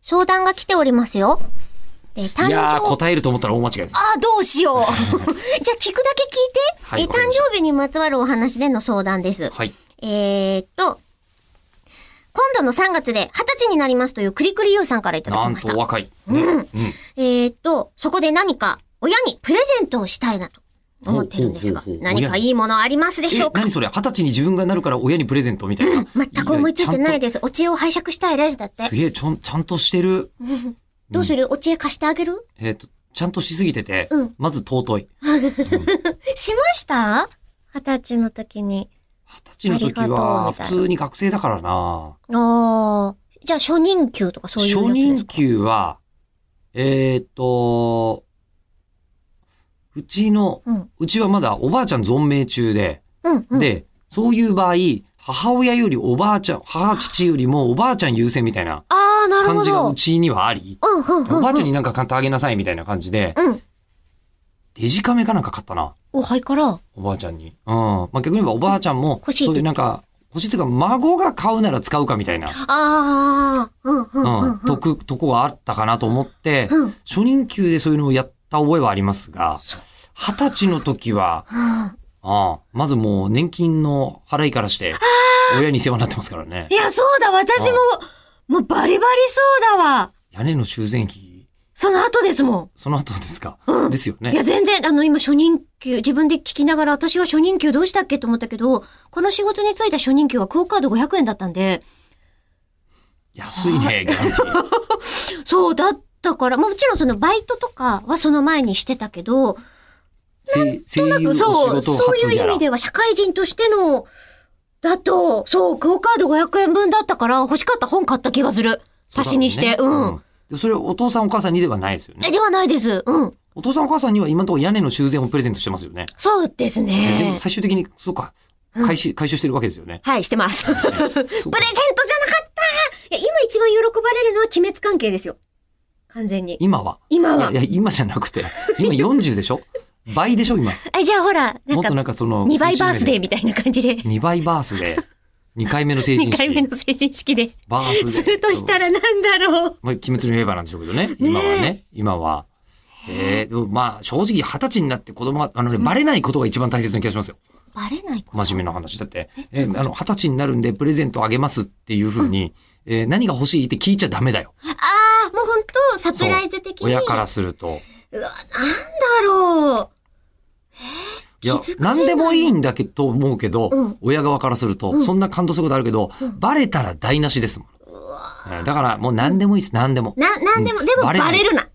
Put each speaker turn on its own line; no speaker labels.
商談が来ておりますよ。えー、誕
いや
生
ー、答えると思ったら大間違いです。
ああ、どうし よう。じゃあ聞くだけ聞いて。
はい
えー
わかり
誕
ました
生日にまつわるお話での相談です。
はい。
えーっと、今度の3月で20歳になりますというクリクリユーさんからいただ
な
き
ん
まし
と
た。
若い。うん。うん。
えーっと、そこで何か親にプレゼントをしたいなと思ってるんですが、
ほうほうほうほう
何かいいものありますでしょ
え
う、か
何それ二十歳に自分がなるから親にプレゼントみたいな。
全く思いついてない
で。
です。お知恵を拝借したいです。だっ
ちゃんとす
て。
げえ、ちょん、ちゃんとしてる。
どうするお知恵貸してあげる
えっと、ちゃんとしすぎてて
うん、
まず尊い。
しました二十歳の時に。
二十歳の時
ありがとう
は、
みたい
普
な
通に学生だからな
ああ。じゃあ、初任給とかそういうやつ
初
ですか
任給は、えーっと、うちの、
うん。
うちはまだおばあちゃん存命中で、
うん、うん。
で、そういう場合、母親よりおばあちゃん、母父よりもおばあちゃん優先みたいな
ああ、なる
感
ほ
じが
ど。う、
うんちにはあり、
うん、うん。うん
おばあちゃんになんか買ってあげなさいみたいな感じで、
うん。
デジカメかなんか買ったな、
お、はいから。
おばあちゃんに。うん。まあ、逆に言えばおばあちゃんも、
欲しいって
そういうなんか、欲しいっていうか、孫が買うなら使うかみたいな、
ああ、うん、うん、うん。
う
うん
ん、とく、とこはあったかなと思って、
うん
初任給でそういうのをやった覚えはありますが、二十歳の時は、ああまずもう年金の払いからして、親に世話になってますからね
い。や、そうだ、私も、もうバリバリそうだわ。
屋根の修繕費、
その後ですも
その後ですか、ですよ
ん。いや、
ね。
全然、あの、今、初任給、自分で聞きながら、私は初任給どうしたっけと思ったけど、この仕事に就いた初任給はクオカード500円だったんで、
安いね、ギャランティー
そうだっ
だから、もちろんそのバイトとかはその前にしてたけど、
せ声優の仕
そう、
事を
そう
初
いう
や
意
ら
味。では社会人としての、だと、そう、クオカード500円分だったから欲しかった本買った気がする。足しにして、
そうだろ
う
ね
ん。。
でそれお父さんお母さんにではないですよね
え、。ではないです。うん。
お父さんお母さんには今のところ屋根の修繕をプレゼントしてますよね。
そうです
えで
ね
も。最終的に、そうか、回収、回収してるわけですよね。
はい、して ます。プレゼントじゃなか
そう
っ
か
たいや今一番喜ばれるのは鬼滅関係ですよ。完全に。
今は。
今
いや
は。
いや、今じゃなくて、今40でしょ倍でしょ今。
あ、じゃあほら、な
も
ん
っと
か、
なんかその、
2倍バースデー
ー。
みたいな感じで、
2倍バースデー。2回目の成人式。
2回目の成人式で。
バースデー。
するとした
ら。
らなんだろう。
まあ、鬼滅の刃なんでしょうけどね。今はね。今は。えー、でもまあ、正直二十歳になって子供が、あのね、バレないことが一番大切な気がしますよ。
バレないこ
真面目な話だって。えあの、二十歳になるんでプレゼントあげますっていうふうに、えー何が欲しいって聞いちゃダメだよ。
ああ、もう本当サプライズ的に。
親からすると。
だろ
いや
気づ、かれない
何でもいいんだけど、と思うけど、
うん
親側からすると、そんな感動することあるけど、バレたら台無しですもん。えーだから、もう何でもいいです、何でも
う。。な、なんでも、
うん
でも
バレない
バレるな。